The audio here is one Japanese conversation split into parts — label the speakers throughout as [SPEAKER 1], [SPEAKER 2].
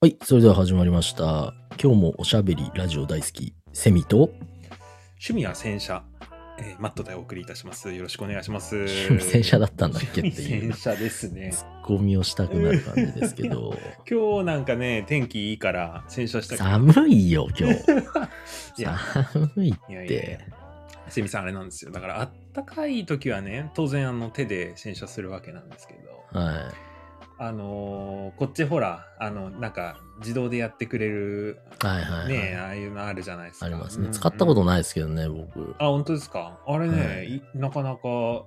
[SPEAKER 1] はい、それでは始まりました。今日もおしゃべりラジオ大好き、セミと、
[SPEAKER 2] 趣味は洗車、えー、マットでお送りいたします。よろしくお願いします。。
[SPEAKER 1] 趣味洗車だったんだっけっていう
[SPEAKER 2] 洗車ですね。ツ
[SPEAKER 1] ッコミをしたくなる感じですけ ど。
[SPEAKER 2] 今日なんかね、天気いいから洗車した
[SPEAKER 1] 寒いよ、今日。い寒いって。いやいやいや
[SPEAKER 2] セミさんあれなんですよだからあったかい時はね当然あの手で洗車するわけなんですけ
[SPEAKER 1] ど、はい、
[SPEAKER 2] あのー、こっちほらあのなんか自動でやってくれる、
[SPEAKER 1] はいはい、はい、
[SPEAKER 2] ねああいうのあるじゃないですか
[SPEAKER 1] ありますね、うんうん、使ったことないですけどね僕
[SPEAKER 2] あ本当ですかあれね、はい、なかなか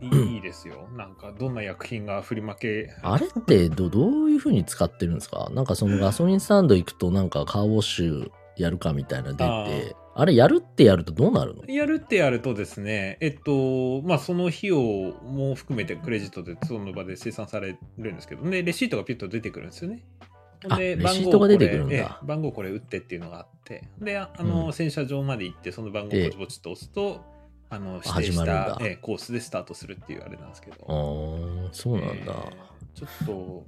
[SPEAKER 2] いいですよなんかどんな薬品が振りまけ
[SPEAKER 1] あれってどどういうふうに使ってるんですかなんかそのガソリンスタンド行くとなんかカーウォッシュやるかみたいな出てあれやるってやるとどうなるの
[SPEAKER 2] やるってやるとですね、えっと、まあ、その費用も含めてクレジットでその場で生産されるんですけど、ね、レシートがピュッと出てくるんですよね。
[SPEAKER 1] でレシートが出てくるんだ
[SPEAKER 2] 番号これ打ってっていうのがあってであの、うん、洗車場まで行ってその番号をポチポチと押すとあの指定したえコースでスタートするっていうあれなんですけど
[SPEAKER 1] ああそうなんだ、
[SPEAKER 2] えー、ちょ
[SPEAKER 1] っと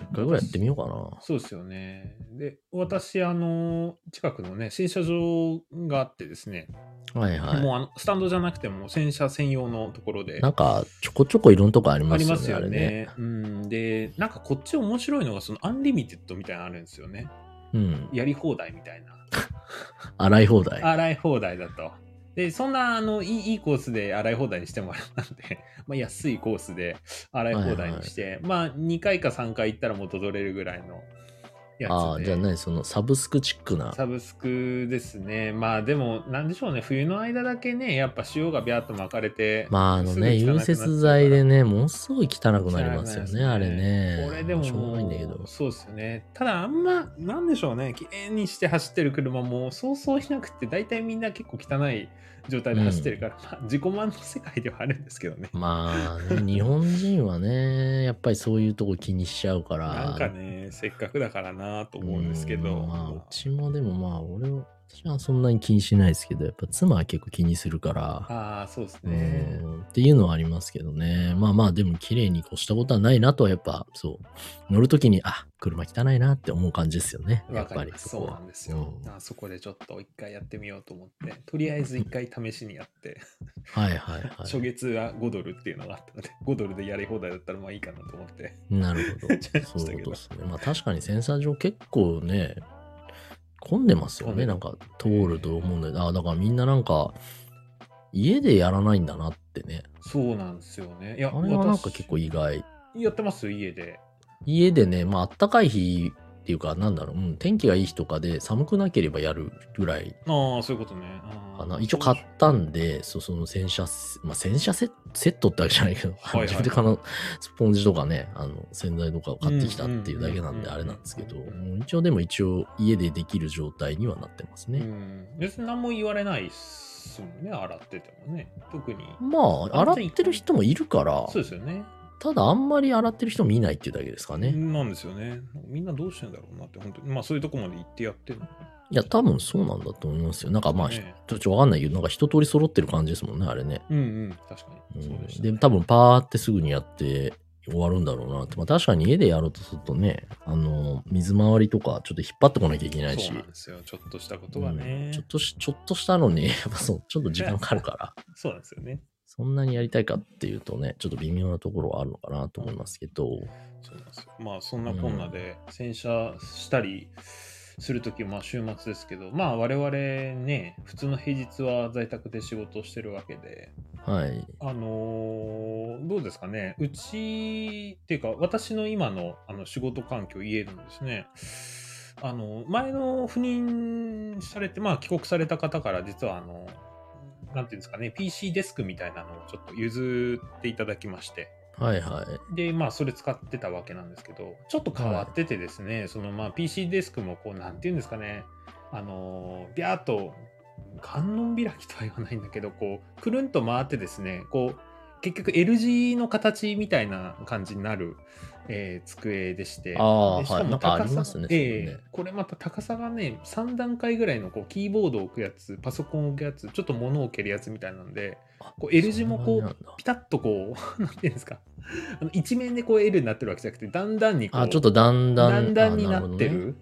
[SPEAKER 1] 一回ぐらいやってみようかな
[SPEAKER 2] そうですよねで私あの近くのね洗車場があってですね
[SPEAKER 1] はいはい、
[SPEAKER 2] もうあのスタンドじゃなくても洗車専用のところで
[SPEAKER 1] なんかちょこちょこいろんなとこありますよね
[SPEAKER 2] ありますよね、
[SPEAKER 1] ね、
[SPEAKER 2] うんでなんかこっち面白いのがそのアンリミテッドみたいなのあるんですよね、
[SPEAKER 1] うん、
[SPEAKER 2] やり放題みたいな
[SPEAKER 1] 洗い放題
[SPEAKER 2] 洗い放題だとで、そんなあのいいいいコースで洗い放題にしてもらったんで まあ、安いコースで洗い放題にして、はいはい、まあ2回か3回行ったら元取れるぐらいの
[SPEAKER 1] やつああ、じゃあ何そのサブスクチックな。
[SPEAKER 2] サブスクですね。まあでも、なんでしょうね、冬の間だけね、やっぱ塩がビャーっと巻かれて。
[SPEAKER 1] まああのね、融雪剤でね、ものすごい汚くなりますよね、ねあれね。
[SPEAKER 2] これでも、
[SPEAKER 1] しょうがないんだけど。
[SPEAKER 2] そうですよね。ただあんま、なんでしょうね、きれいにして走ってる車もそうそういなくて、大体みんな結構汚い。状態で走ってるから、うん、まあ、自己満の世界ではあるんですけどね。
[SPEAKER 1] まあ、ね、日本人はね、やっぱりそういうとこ気にしちゃうから。
[SPEAKER 2] なんかね、せっかくだからなと思うんですけど。
[SPEAKER 1] まあ、うちもでもまあ、俺は、私はそんなに気にしないですけど、やっぱ妻は結構気にするから。
[SPEAKER 2] ああ、そうですね、
[SPEAKER 1] っていうのはありますけどね。まあまあ、でも綺麗に越したことはないなとは、やっぱそう、乗るときに、あ車汚いなって思う感じですよね。やっぱり
[SPEAKER 2] そうなんですよ。うん、あそこでちょっと一回やってみようと思って、とりあえず一回試しにやって、
[SPEAKER 1] はいはい はい。
[SPEAKER 2] 初月は5ドルっていうのがあったので、5ドルでやり放題だったらまあいいかなと思って。
[SPEAKER 1] なる ほど。そういうことですね。まあ確かにセンサー上結構ね、混んでますよね。なんか通ると思うんだけど、あだからみんななんか、家でやらないんだなってね。
[SPEAKER 2] そうなんですよね。いや、
[SPEAKER 1] あれはなんか結構意外。
[SPEAKER 2] やってます家で。
[SPEAKER 1] 家でね、まあ、あったかい日っていうか、なんだろう、うん、天気がいい日とかで寒くなければやるぐらい。
[SPEAKER 2] ああ、そういうことね。、
[SPEAKER 1] あな一応買ったんで、そその洗車、まあ、洗車セセットってわけじゃないけど、はいはい、 自分であのスポンジとかね、あの洗剤とかを買ってきたっていうだけなんで、あれなんですけど、一応でも一応家でできる状態にはなってますね。うん
[SPEAKER 2] 別に何も言われないっす。ね、洗っててもね特に
[SPEAKER 1] まあ洗ってる人もいるから
[SPEAKER 2] そうですよね
[SPEAKER 1] ただあんまり洗ってる人見ないっていうだけですかね。
[SPEAKER 2] なんですよね。みんなどうしてんだろうなって、本当に。まあそういうとこまで行ってやってるの
[SPEAKER 1] いや、多分そうなんだと思いますよ。なんかまあ、ね、ちょっとわかんないけど、なんか一通り揃ってる感じですもんね、あれね。
[SPEAKER 2] うんうん、確かに。
[SPEAKER 1] そうでし、ね、で、多分パーってすぐにやって終わるんだろうなって。まあ確かに家でやろうとするとね、あの、水回りとかちょっと引っ張ってこなきゃいけないし。そう
[SPEAKER 2] なんですよ。ちょっとしたことがね。
[SPEAKER 1] うん、ちょっとし、ちょっとしたのに、やっぱそう、ちょっと時間かかるから。
[SPEAKER 2] そうなんですよね。
[SPEAKER 1] そんなにやりたいかっていうとね、ちょっと微妙なところはあるのかなと思いますけど。
[SPEAKER 2] そうなんですよ。まあそんなこんなで、洗車したりするとき、まあ週末ですけど、まあ我々ね、普通の平日は在宅で仕事をしてるわけで、
[SPEAKER 1] はい。
[SPEAKER 2] あのー、どうですかね、うちっていうか、私の今のあの仕事環境、家なんですね。あの前の赴任されて、まあ、帰国された方から実はあのなんていうんですかね、PC デスクみたいなのをちょっと譲っていただきまして。。
[SPEAKER 1] はいはい
[SPEAKER 2] で、まあ、それ使ってたわけなんですけど、ちょっと変わっててですね、はい、そのまあ、PC デスクもこう、なんていうんですかね、あの、ビャーっと、観音開きとは言わないんだけど、こう、くるんと回ってですね、こう、結局 L 字の形みたいな感じになる、えー、机でして、
[SPEAKER 1] あしかも高さ、
[SPEAKER 2] はいねえー、ねこれまた高さがね、3段階ぐらいのこうキーボードを置くやつ、パソコンを置くやつ、ちょっと物を置けるやつみたいなんで、
[SPEAKER 1] あ
[SPEAKER 2] こう L 字もこ
[SPEAKER 1] そんな
[SPEAKER 2] う
[SPEAKER 1] になんだ
[SPEAKER 2] ピタッとこう なんていうんですかあの一面でこう L になってるわけじゃなくてだんだんにこう
[SPEAKER 1] あ、ちょっとだんだん。
[SPEAKER 2] だんだんに
[SPEAKER 1] あ
[SPEAKER 2] な
[SPEAKER 1] ほ
[SPEAKER 2] っ
[SPEAKER 1] ど
[SPEAKER 2] て
[SPEAKER 1] ね
[SPEAKER 2] る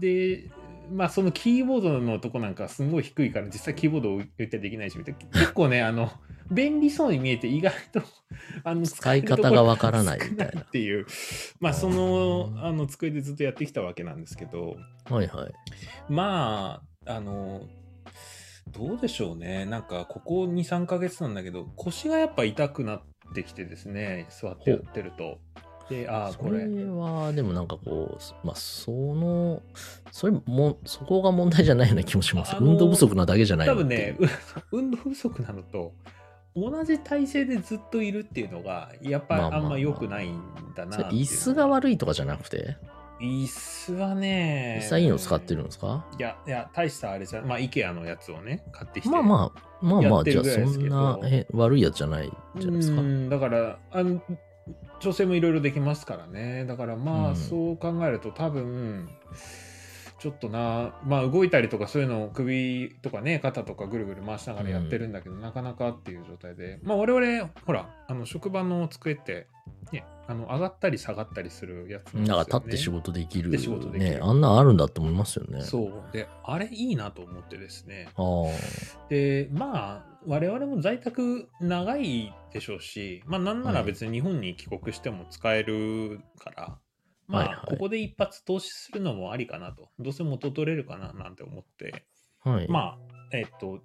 [SPEAKER 2] でまあそのキーボードのとこなんかすごい低いから実際キーボードを置いてできないしみたいな結構ねあの便利そうに見えて意外とあの
[SPEAKER 1] 使い方がわからないみたい
[SPEAKER 2] 少
[SPEAKER 1] な
[SPEAKER 2] っていうまあその
[SPEAKER 1] あー
[SPEAKER 2] あの机でずっとやってきたわけなんですけど
[SPEAKER 1] はいはい。
[SPEAKER 2] まああのどうでしょうねなんかここ23ヶ月なんだけど腰がやっぱ痛くなってきてですね座ってやってると。でああ
[SPEAKER 1] そ
[SPEAKER 2] これ。
[SPEAKER 1] れは、でもなんかこう、まあ、その、それも、そこが問題じゃないような気もします。
[SPEAKER 2] あのー
[SPEAKER 1] 運動不足なだけじゃない
[SPEAKER 2] 多
[SPEAKER 1] のってい
[SPEAKER 2] 分ね
[SPEAKER 1] う。
[SPEAKER 2] う 運動不足なのと同じ体勢でずっといるっていうのがやっ
[SPEAKER 1] まあ
[SPEAKER 2] ぱ
[SPEAKER 1] まあ
[SPEAKER 2] あん
[SPEAKER 1] まあ
[SPEAKER 2] ま良くないんだな
[SPEAKER 1] それ
[SPEAKER 2] っていう
[SPEAKER 1] 椅子が悪いとかじゃなくて、
[SPEAKER 2] 椅子はね
[SPEAKER 1] 実際いいの使ってるんですか
[SPEAKER 2] いやいや大したあれじゃまあ IKEA のやつをね買ってきて
[SPEAKER 1] まあまあ、まあま
[SPEAKER 2] やっ
[SPEAKER 1] あ、
[SPEAKER 2] て
[SPEAKER 1] じゃ
[SPEAKER 2] る
[SPEAKER 1] あ
[SPEAKER 2] ぐら
[SPEAKER 1] そ
[SPEAKER 2] いです
[SPEAKER 1] ん
[SPEAKER 2] けど
[SPEAKER 1] なえ悪いやつじゃないじゃないですか
[SPEAKER 2] う。んだからあの調整もいろいろできますからねだから
[SPEAKER 1] う
[SPEAKER 2] ま
[SPEAKER 1] ん
[SPEAKER 2] あそう考えると多分ちょっとなまあ動いたりとかそういうのを首とかね肩とかぐるぐる回しながらやってるんだけど、なかなかっていう状態でまあ我々ほらあの職場の机って、ね、あの上がったり下がったりするやつ
[SPEAKER 1] だから立って仕
[SPEAKER 2] 事
[SPEAKER 1] 事できる、
[SPEAKER 2] 立って仕事できる
[SPEAKER 1] ね、あんなんあるんだって思いますよね。
[SPEAKER 2] そうであれいいなと思ってですね
[SPEAKER 1] あー
[SPEAKER 2] でまあ我々も在宅長いでしょうし、まあなんなら別に日本に帰国しても使えるから、まあ、
[SPEAKER 1] はいはい
[SPEAKER 2] ここで一発投資するのもありかなとどうせ元取れるかななんて思って、
[SPEAKER 1] はい。あ、
[SPEAKER 2] まあえっと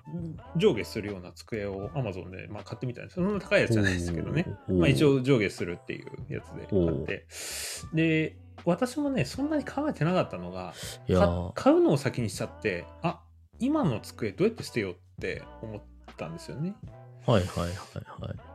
[SPEAKER 2] 上下するような机を Amazon で、まあ、買ってみたんですそんな高いやつじゃないですけどね、
[SPEAKER 1] おー。
[SPEAKER 2] まあ、一応上下するっていうやつで買ってで私もねそんなに考えてなかったのが
[SPEAKER 1] いや
[SPEAKER 2] か
[SPEAKER 1] ー、
[SPEAKER 2] 買うのを先にしちゃってあ今の机どうやって捨てようって思ったんですよね
[SPEAKER 1] はいはいはいはい。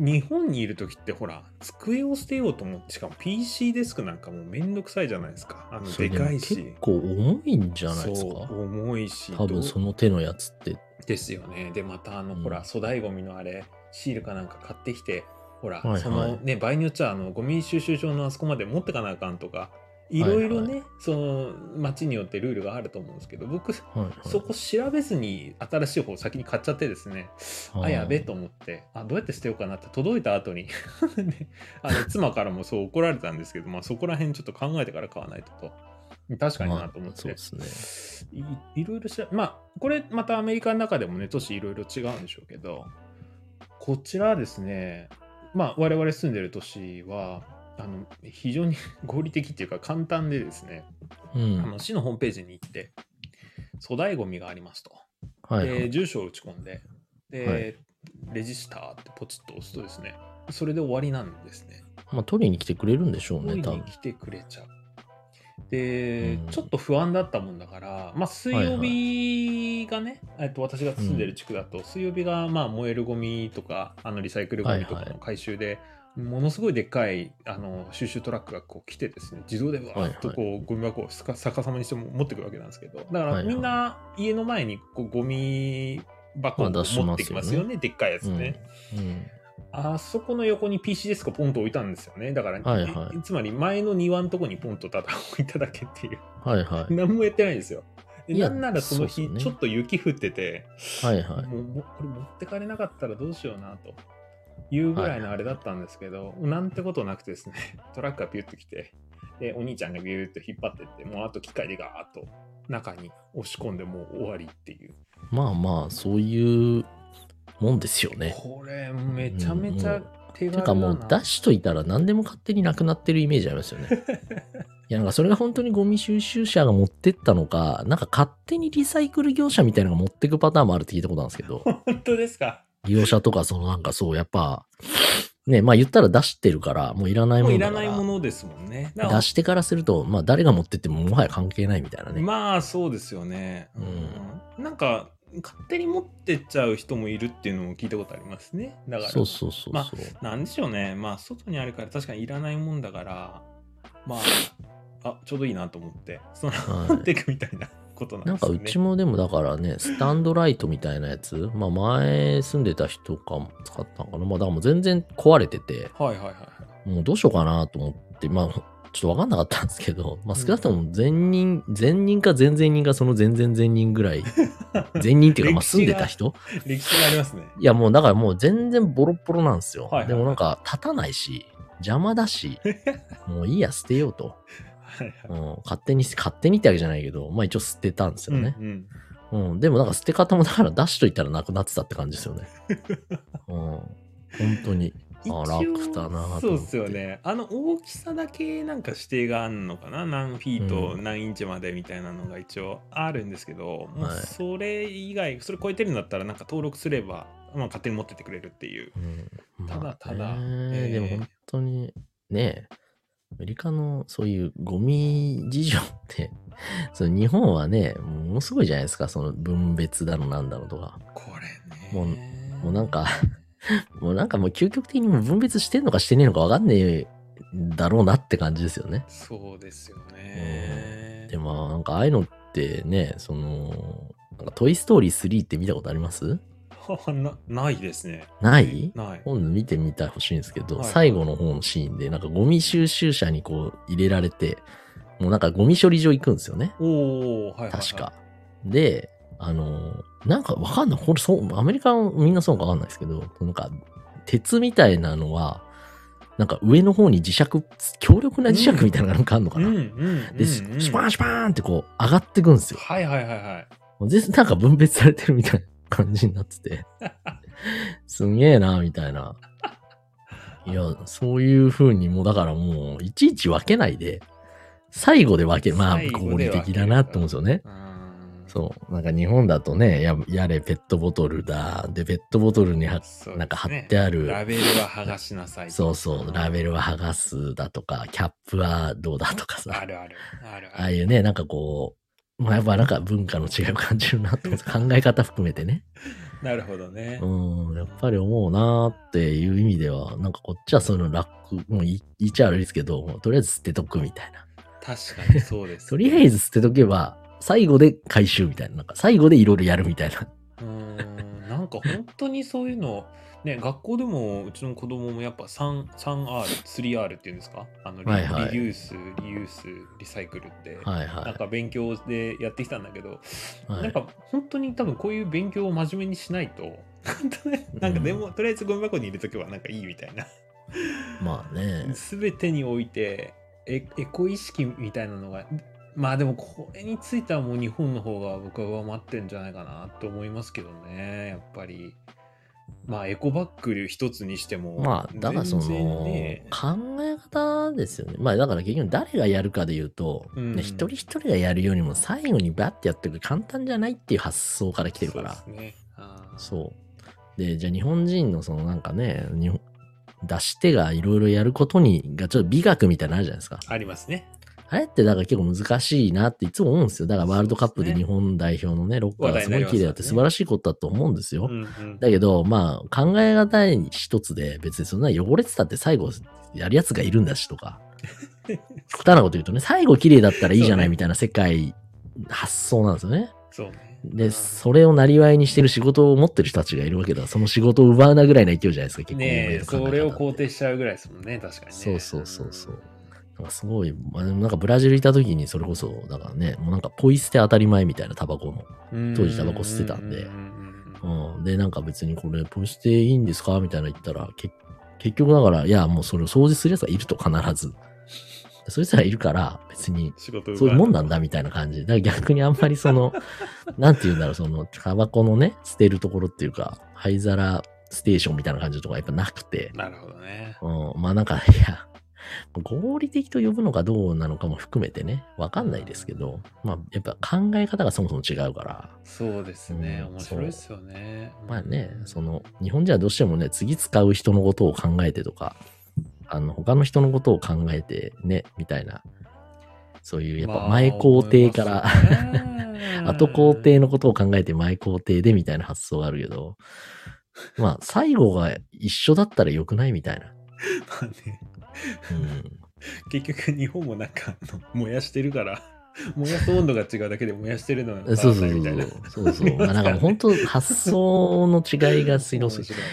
[SPEAKER 2] 日本にいる時ってほら机を捨てようと思ってしかも PC デスクなんかもうめんどくさいじゃないですかあの
[SPEAKER 1] それ
[SPEAKER 2] で
[SPEAKER 1] も
[SPEAKER 2] かいし
[SPEAKER 1] 結構重いんじゃないですか。
[SPEAKER 2] そう重いし
[SPEAKER 1] 多分その手のやつって。
[SPEAKER 2] ですよねでまたあの
[SPEAKER 1] うん
[SPEAKER 2] ほら粗大ごみのあれシールかなんか買ってきてほら、
[SPEAKER 1] はいはい
[SPEAKER 2] そのね場合によっちゃあのゴミ収集場のあそこまで持ってかなあかんとかいろいろね、
[SPEAKER 1] は
[SPEAKER 2] その町によってルールがあると思うんですけど僕
[SPEAKER 1] はいはい、
[SPEAKER 2] そこ調べずに新しい方を先に買っちゃってですね、
[SPEAKER 1] あー
[SPEAKER 2] あやべえと思ってあどうやって捨てようかなって届いた後に ねあの妻からもそう怒られたんですけど、まあ、そこら辺ちょっと考えてから買わないとと確かになと思っ
[SPEAKER 1] まあそう
[SPEAKER 2] て
[SPEAKER 1] で、すね。
[SPEAKER 2] いいろいろしまあこれまたアメリカの中でもね都市いろいろ違うんでしょうけどこちらはですねまあ我々住んでる都市はあの非常に 合理的っていうか簡単でですね、
[SPEAKER 1] う
[SPEAKER 2] あ
[SPEAKER 1] ん。
[SPEAKER 2] の市のホームページに行って粗大ごみがありますと。
[SPEAKER 1] はい、はい
[SPEAKER 2] で住所を打ち込んでで、
[SPEAKER 1] はい
[SPEAKER 2] レジスターってポチッと押すとですねそれで終わりなんですね。
[SPEAKER 1] まあ取りに来てくれるんでしょう
[SPEAKER 2] 取
[SPEAKER 1] ね、
[SPEAKER 2] り
[SPEAKER 1] 多
[SPEAKER 2] に
[SPEAKER 1] 分。
[SPEAKER 2] 来てくれちゃう。で、
[SPEAKER 1] うん
[SPEAKER 2] ちょっと不安だったもんだから、まあ、水曜日がね、えっと、私が住んでる地区だと、水曜日がまあ燃えるゴミとかあのリサイクルゴミとか
[SPEAKER 1] はいは
[SPEAKER 2] の
[SPEAKER 1] い
[SPEAKER 2] 回収で、ものすごいでっかいあの収集トラックがこう来てですね自動でわーっとこう、ゴミ箱をすか逆さまにしても持ってくるわけなんですけどだか
[SPEAKER 1] はいは
[SPEAKER 2] ら
[SPEAKER 1] い
[SPEAKER 2] みんな家の前にこうゴミ箱を
[SPEAKER 1] まあ
[SPEAKER 2] 持
[SPEAKER 1] 出しますよね
[SPEAKER 2] ってきますよね,、でっかいやつね。
[SPEAKER 1] うん。
[SPEAKER 2] あそこの横に PC デスクをポンと置いたんですよね。だから、
[SPEAKER 1] はいはい
[SPEAKER 2] えつまり前の庭のとこにポンとただ置いただけっていう。
[SPEAKER 1] はいはい。
[SPEAKER 2] 何もやってないんですよ。で
[SPEAKER 1] いや
[SPEAKER 2] なんならその日
[SPEAKER 1] そうです
[SPEAKER 2] ち
[SPEAKER 1] よ
[SPEAKER 2] ょ
[SPEAKER 1] ね
[SPEAKER 2] っと雪降ってて、
[SPEAKER 1] はいはい。
[SPEAKER 2] もうもうこれ持ってかれなかったらどうしようなというぐらいのあれだったんですけど、なんてことなくてですね、 トラックがビュッと来て、で、お兄ちゃんがビューッと引っ張ってって、もうあと機械でガーッと中に押し込んでもう終わりっていう。
[SPEAKER 1] まあまあ、そういうもんですよね。
[SPEAKER 2] これめちゃめちゃ手
[SPEAKER 1] て
[SPEAKER 2] 軽だな。
[SPEAKER 1] かもう出しといたら何でも勝手になくなってるイメージありますよね。いやなんかそれが本当にゴミ収集車が持ってったのか、なんか勝手にリサイクル業者みたいなのが持ってくパターンもあるって聞いたことなんですけ ど、
[SPEAKER 2] 本当ですか
[SPEAKER 1] 利用者とかそのなんかそう、やっぱ、ね、まあ言ったら出してるから、もういらない
[SPEAKER 2] も
[SPEAKER 1] も
[SPEAKER 2] うい
[SPEAKER 1] のだ
[SPEAKER 2] ら
[SPEAKER 1] か
[SPEAKER 2] ない
[SPEAKER 1] ら
[SPEAKER 2] ものですもんね。だから
[SPEAKER 1] 出してからすると、まあ誰が持ってってももはや関係ないみたいなね。
[SPEAKER 2] まあそうですよね。
[SPEAKER 1] う
[SPEAKER 2] なんか勝手に持ってっちゃう人もいるっていうのも聞いたことありますね。だから
[SPEAKER 1] そうそうそうそう。
[SPEAKER 2] まあなんでしょうね。まあ外にあるから確かにいらないもんだからまああちょうどいいなと思ってその
[SPEAKER 1] はい
[SPEAKER 2] 持 っていくみたいなことな
[SPEAKER 1] なんん
[SPEAKER 2] です
[SPEAKER 1] か
[SPEAKER 2] ね。
[SPEAKER 1] うちもでもだからね、スタンドライトみたいなやつ、まあ前住んでた人かも使ったのかな、まあだからもう全然壊れてて、
[SPEAKER 2] はいはいはい。
[SPEAKER 1] もうどうしようかなと思って、まあちょっとわかんなかったんですけど、まあ、少なくとも前人、前人か前々人かその前々前人ぐ らい、前人っていうか、まあ、住んでた人
[SPEAKER 2] 歴史がありますね。
[SPEAKER 1] いや、もうだからもう全然ボロッボロなんですよ。
[SPEAKER 2] はいはいはい
[SPEAKER 1] でもなんか、立たないし、邪魔だ し、もういいや、捨てようと。
[SPEAKER 2] はいはい
[SPEAKER 1] うん、勝手に、勝手にってわけじゃないけど、まあ一応捨てたんですよね。
[SPEAKER 2] うんうん
[SPEAKER 1] うん、でもなんか捨て方もだから出しといたらなくなってたって感じですよ ね。うん、本当に。あ
[SPEAKER 2] 一応
[SPEAKER 1] 楽だなと思って
[SPEAKER 2] そうっすよねあの大きさだけなんか指定があるのかな何フィート
[SPEAKER 1] う
[SPEAKER 2] 何インチまでみたいなのが一応あるんですけど、もう
[SPEAKER 1] はい
[SPEAKER 2] それ以外それ超えてるんだったらなんか登録すれば、まあ、勝手に持ってってくれるっていう
[SPEAKER 1] うん、
[SPEAKER 2] ただ
[SPEAKER 1] まあ
[SPEAKER 2] ただ
[SPEAKER 1] ね
[SPEAKER 2] えー
[SPEAKER 1] でも本当に、ねえ、アメリカのそういうゴミ事情って、 その日本はね、ものすごいじゃないですか、その分別だのなんだのとか。
[SPEAKER 2] これね
[SPEAKER 1] もうもうなんかもうなんかもう究極的にもう分別してんのかしてねえのかわかんねえんだろうなって感じですよね。
[SPEAKER 2] そうですよね
[SPEAKER 1] でもなんかああいうのってね、その、なんかトイストーリー3って見たことあります
[SPEAKER 2] なないですね
[SPEAKER 1] ない
[SPEAKER 2] ない
[SPEAKER 1] 今度見てみてほしいんですけど、
[SPEAKER 2] はい
[SPEAKER 1] 最後の方のシーンで、なんかゴミ収集車にこう入れられて、もうなんかゴミ処理場行くんですよね。
[SPEAKER 2] おおはいはい、はい、
[SPEAKER 1] 確か。で、あの、なんかわかんない。これそう、アメリカはみんなそうかわかんないですけど、なんか、鉄みたいなのは、なんか上の方に磁石、強力な磁石みたいなのがなんかあるのか
[SPEAKER 2] うん
[SPEAKER 1] な。
[SPEAKER 2] うんうん、
[SPEAKER 1] で、シュパー
[SPEAKER 2] ン
[SPEAKER 1] ンシュパーンってこう上がってくんですよ。
[SPEAKER 2] はいはいはいはい
[SPEAKER 1] で、なんか分別されてるみたいな感じになって て、すんげえな、みたいな。いや、そういう風に、もうだからもう、いちいち分けないで、最後で分ける。まあ、
[SPEAKER 2] 最後で分
[SPEAKER 1] 合
[SPEAKER 2] け
[SPEAKER 1] 理
[SPEAKER 2] る
[SPEAKER 1] 的だなって思うんですよね。
[SPEAKER 2] うーん
[SPEAKER 1] そう。なんか日本だとね、ややれペットボトルだ。で、ペットボトルには、
[SPEAKER 2] そうですね
[SPEAKER 1] なんか貼ってある、
[SPEAKER 2] ラベルは剥がしなさいとか。
[SPEAKER 1] そうそう、ラベルは剥がすだとか、キャップはどうだとかさ。
[SPEAKER 2] あるある。ある
[SPEAKER 1] あ
[SPEAKER 2] あ
[SPEAKER 1] あ
[SPEAKER 2] る。
[SPEAKER 1] いうね、なんかこう、まあ、やっぱなんか文化の違いを感じるな って思って考え方含めてね。
[SPEAKER 2] なるほどね。
[SPEAKER 1] うん、やっぱり思うなーっていう意味では、なんかこっちはその楽、もうい言っちゃ悪いですけど、もうとりあえず捨てとくみたいな。
[SPEAKER 2] 確かにそうです、
[SPEAKER 1] とりあえ
[SPEAKER 2] ず。
[SPEAKER 1] ず捨てとけば、最後で回収みたいな、なんか最後でいろいろやるみたいな。
[SPEAKER 2] うーん。なんか本当にそういうの、ね、学校でもうちの子供もやっぱ 3- 3R、3R っていうんですかあのリ、
[SPEAKER 1] はいはい
[SPEAKER 2] リユース、リユース、リサイクルって。
[SPEAKER 1] はい
[SPEAKER 2] なん
[SPEAKER 1] は
[SPEAKER 2] か勉強でやってきたんだけど、
[SPEAKER 1] い。は
[SPEAKER 2] なん
[SPEAKER 1] い、
[SPEAKER 2] か本当に多分こういう勉強を真面目にしないと、本当ね なんかでも、とりあえずゴミ箱に入れとけばなんかいいみたいな
[SPEAKER 1] まあね。
[SPEAKER 2] 全てにおいてエエコ意識みたいなのがまあでもこれについてはもう日本の方が僕は上回ってるんじゃないかなと思いますけどねやっぱりまあエコバッグ一つにしても
[SPEAKER 1] まあ、だからその、
[SPEAKER 2] 全然ね
[SPEAKER 1] 考え方ですよね。まあ、だから結局誰がやるかで言うと、
[SPEAKER 2] うん
[SPEAKER 1] ね一人一人がやるよりも最後にバッてやってる簡単じゃないっていう発想から来てるから。
[SPEAKER 2] そうですねあー
[SPEAKER 1] そう。で、じゃあ日本人のそのなんかね、日本出し手がいろいろやることに、がちょっと美学みたいなのあるじゃないですか。
[SPEAKER 2] ありますね
[SPEAKER 1] あれってだから結構難しいなっていつも思うんですよ。だからワールドカップで日本代表のね、ロッカーがすごい綺麗だって素晴らしいことだと思うんですよ。
[SPEAKER 2] うんうん
[SPEAKER 1] だけど、まあ、考え方一つで、別にそんな汚れてたって最後やるやつがいるんだしと か、極端なこと言うとね、最後綺麗だったらいいじゃないみたいな世界、発想なんですよね。
[SPEAKER 2] そうねう
[SPEAKER 1] で、
[SPEAKER 2] ん
[SPEAKER 1] それをなりわいにしてる仕事を持ってる人たちがいるわけだ。その仕事を奪うなぐらいの勢いじゃないですか、結構。
[SPEAKER 2] ねえそれを肯定
[SPEAKER 1] し
[SPEAKER 2] しちゃうぐらいですもんね確かにね
[SPEAKER 1] そうそうそうそうなんかすごい、まあでもなんかブラジルいた時にそれこそ、だからね、もうなんかポイ捨て当たり前みたいなタバコの。
[SPEAKER 2] うん
[SPEAKER 1] 当時タバコ吸ってたんで
[SPEAKER 2] ううんうん
[SPEAKER 1] うん。で、なんか別にこれポイ捨ていいんですかみたいな言ったら、け結局だから、いや、もうそれを掃除する奴がいると必ず。そいつらいるから、別に
[SPEAKER 2] 仕事奪
[SPEAKER 1] そういうもんなん
[SPEAKER 2] だ
[SPEAKER 1] だみたいな感じで。だから逆にあんまりその、 なんて言うんだろう、その、タバコのね、捨てるところっていうか、灰皿ステーションみたいな感じのとこがやっぱなくて、
[SPEAKER 2] なるほどね
[SPEAKER 1] うん、まあなんか、いや、合理的と呼ぶのかどうなのかも含めてね、わかんないですけど、まあやっぱ考え方がそもそも違うから、
[SPEAKER 2] そうですね、
[SPEAKER 1] うん
[SPEAKER 2] 面白いですよね。
[SPEAKER 1] まあね、その、日本人はどうしてもね、次使う人のことを考えてとか、あの、他の人のことを考えてね、みたいな、そういう、やっぱ前工程から、 後工程のことを考えて前工程でみたいな発想があるけど、まあ最後が一緒だったら良くないみたいな。
[SPEAKER 2] まあね
[SPEAKER 1] うん、
[SPEAKER 2] 結局日本もなんかあの燃やしてるから 燃やす温度が違うだけで燃やしてるのが
[SPEAKER 1] そうそうそ
[SPEAKER 2] 変
[SPEAKER 1] う
[SPEAKER 2] わんないみたいな
[SPEAKER 1] そう。そうそう。まあなんか本当発想の違いがすご
[SPEAKER 2] 面
[SPEAKER 1] す
[SPEAKER 2] 白
[SPEAKER 1] ぎ
[SPEAKER 2] い
[SPEAKER 1] る。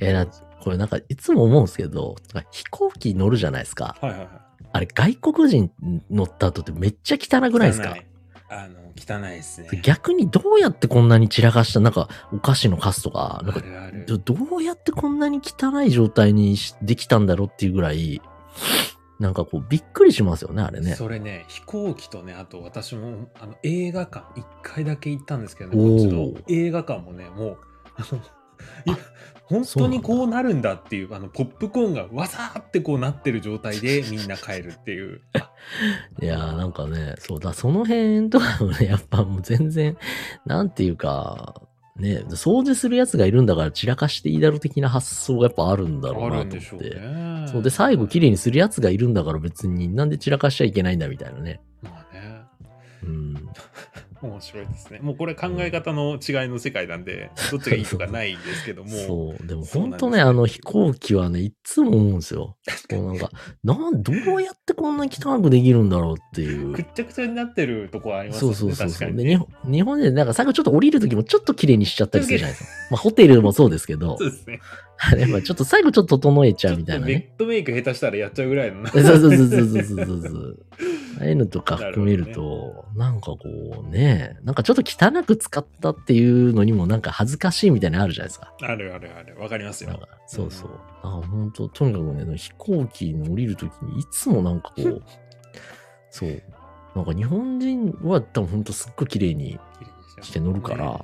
[SPEAKER 1] えーな、これなんかいつも思うんですけど、飛行機乗るじゃないですか。
[SPEAKER 2] はいはいはい
[SPEAKER 1] あれ、外国人乗った後ってめっちゃ汚くないですか
[SPEAKER 2] あの汚いですね。
[SPEAKER 1] 逆にどうやってこんなに散らかした、なんかお菓子のカスとか、なんか
[SPEAKER 2] あるある
[SPEAKER 1] どどうやってこんなに汚い状態にしできたんだろうっていうぐらい、なんかこうびっくりしますよね、あれね。
[SPEAKER 2] それね、飛行機とね、あと私もあの映画館、1回だけ行ったんですけどね、
[SPEAKER 1] お
[SPEAKER 2] こっち
[SPEAKER 1] ー
[SPEAKER 2] の映画館もね、もう、あの
[SPEAKER 1] あ
[SPEAKER 2] いや本
[SPEAKER 1] そうな
[SPEAKER 2] 当
[SPEAKER 1] ん
[SPEAKER 2] に
[SPEAKER 1] だ
[SPEAKER 2] こうなるんだっていうあのポップコーンがわさーってこうなってる状態 でみんな帰るっていうあ
[SPEAKER 1] いやーなんかね、そうだ、その辺とかもね、 やっぱもう全然、なんていうか、ね、掃除するやつがいるんだから散らかしていいだろう的な発想がやっぱあるんだろう
[SPEAKER 2] あ
[SPEAKER 1] な
[SPEAKER 2] るん
[SPEAKER 1] と
[SPEAKER 2] で
[SPEAKER 1] 思
[SPEAKER 2] しょ
[SPEAKER 1] っ
[SPEAKER 2] う
[SPEAKER 1] て。
[SPEAKER 2] ね
[SPEAKER 1] そうで、最後綺麗にするやつがいるんだから別になんで散らかしちゃいけないんだみたいなね。
[SPEAKER 2] まあね
[SPEAKER 1] うん。
[SPEAKER 2] 面白いですねもうこれ考え方の違いの世界なんで、どっちがいいとかないですけど も
[SPEAKER 1] そう。でも
[SPEAKER 2] そうな
[SPEAKER 1] 本
[SPEAKER 2] んです
[SPEAKER 1] 当ね、
[SPEAKER 2] ね
[SPEAKER 1] あの飛行機はね、いつも思うんですよ。
[SPEAKER 2] 確
[SPEAKER 1] こう
[SPEAKER 2] か
[SPEAKER 1] なん
[SPEAKER 2] に
[SPEAKER 1] か、なん、どうやってこんな汚くできるんだろうって いう
[SPEAKER 2] く。っちゃくちゃになってるとこあります
[SPEAKER 1] そう
[SPEAKER 2] よね
[SPEAKER 1] そうそう
[SPEAKER 2] 確
[SPEAKER 1] そ
[SPEAKER 2] か
[SPEAKER 1] う。で、
[SPEAKER 2] にね
[SPEAKER 1] 日本日本でなんか最後ちょっと降りる時もちょっと綺麗にしちゃったりするじゃ ないですか。まあホテルもそうですけど
[SPEAKER 2] そ、うですね
[SPEAKER 1] あれやっぱちょっと最後ちょっと整えち
[SPEAKER 2] ち
[SPEAKER 1] ゃ
[SPEAKER 2] ょ
[SPEAKER 1] う
[SPEAKER 2] っ
[SPEAKER 1] みた
[SPEAKER 2] と
[SPEAKER 1] いな
[SPEAKER 2] ベ
[SPEAKER 1] ね
[SPEAKER 2] ッ。ドメイク下手したらやっちゃうぐらいのな
[SPEAKER 1] そうそうそうそうそうそうそう。ああいうのとか含める と、なんかこうね、なんかちょっと汚く使ったっていうのにもなんか恥ずかしいみたいなのあるじゃないですか。
[SPEAKER 2] あるあるあるわかります
[SPEAKER 1] なん
[SPEAKER 2] よ
[SPEAKER 1] かそうそう。あ本当とにかくね、でも飛行機に降りるときにいつもなんかこ う、そう。なんか日本人は多分本当すっごい綺麗に
[SPEAKER 2] 綺麗にしちゃう
[SPEAKER 1] して乗るから、
[SPEAKER 2] ね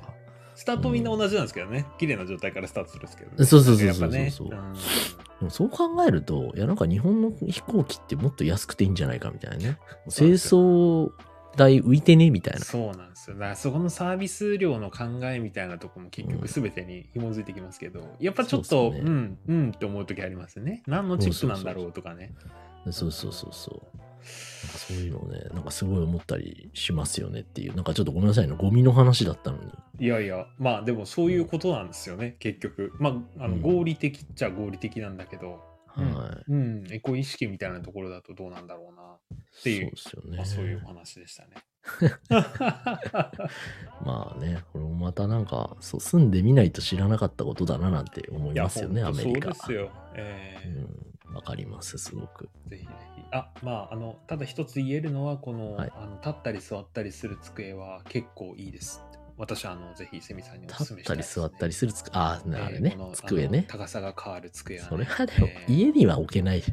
[SPEAKER 2] スタートみんな同じなんですけどね、綺麗な状態からスタートするんですけど
[SPEAKER 1] う
[SPEAKER 2] ね
[SPEAKER 1] んそうそうそうそう
[SPEAKER 2] なんかやっぱね
[SPEAKER 1] そうそうそうんでもそう考えると、いやなんか日本の飛行機ってもっと安くていいんじゃないかみたいなね。清掃代浮いてねみたいな。
[SPEAKER 2] そうなんですよだからそこのサービス量の考えみたいなとこも結
[SPEAKER 1] うん
[SPEAKER 2] 局全てに紐づいてきますけど、やっぱちょっ
[SPEAKER 1] そう
[SPEAKER 2] と
[SPEAKER 1] っす
[SPEAKER 2] う,、
[SPEAKER 1] ね
[SPEAKER 2] んうんって思う時ありますね何のチップなんだろうとかね
[SPEAKER 1] そうそうそうそう。なんかそういうのね、なんかすごい思ったりしますよねっていう。なんかちょっとごめんなさいね、ゴミの話だったのに。
[SPEAKER 2] いやいやまあでもそういうことなんですよね結局まああ
[SPEAKER 1] う
[SPEAKER 2] の
[SPEAKER 1] ん
[SPEAKER 2] 合理的っちゃ合理的なんだけど、うん
[SPEAKER 1] はい。
[SPEAKER 2] うん、エコ意識みたいなところだとどうなんだろうなていう
[SPEAKER 1] そうですよね。
[SPEAKER 2] まあ、そういうお話でしたね。
[SPEAKER 1] まあね、これもまたなんか、そう、住んでみないと知らなかったことだななんて 思いますよね、ア
[SPEAKER 2] ほんと
[SPEAKER 1] メリカ。
[SPEAKER 2] そうですよ。えー
[SPEAKER 1] うん、わかります、すごく。
[SPEAKER 2] ぜひぜひ。あまあ、あの、ただ一つ言えるのは、この,、
[SPEAKER 1] はい
[SPEAKER 2] あの立ったり座ったりする机は結構いいです。私はあのぜひセミさんにお
[SPEAKER 1] 立
[SPEAKER 2] 勧
[SPEAKER 1] っ
[SPEAKER 2] めした
[SPEAKER 1] た
[SPEAKER 2] い
[SPEAKER 1] り
[SPEAKER 2] です、
[SPEAKER 1] 座ったりするつく、ああ、
[SPEAKER 2] えー
[SPEAKER 1] あれね
[SPEAKER 2] このあ、の
[SPEAKER 1] 机ね。
[SPEAKER 2] 高さが変わる机は、ね。
[SPEAKER 1] それはでも、
[SPEAKER 2] えー
[SPEAKER 1] 家には置けない。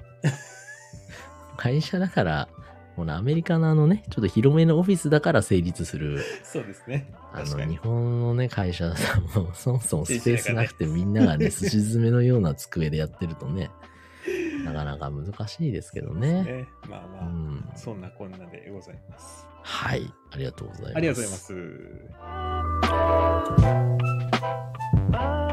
[SPEAKER 1] 会社だから、このアメリカのあのね、ちょっと広めのオフィスだから成立する、
[SPEAKER 2] そうですね。
[SPEAKER 1] あ
[SPEAKER 2] 確
[SPEAKER 1] の
[SPEAKER 2] か、に
[SPEAKER 1] 日。本のね、会社さんも、そもそもスペースなくて、みんながね、すし詰めのような机でやってるとね、なかなか難しいですけどね。
[SPEAKER 2] ねまあ
[SPEAKER 1] う
[SPEAKER 2] まあ、
[SPEAKER 1] ん、
[SPEAKER 2] そんなこんなでございます。
[SPEAKER 1] はい、ありがとうございます。
[SPEAKER 2] ありがとうございます。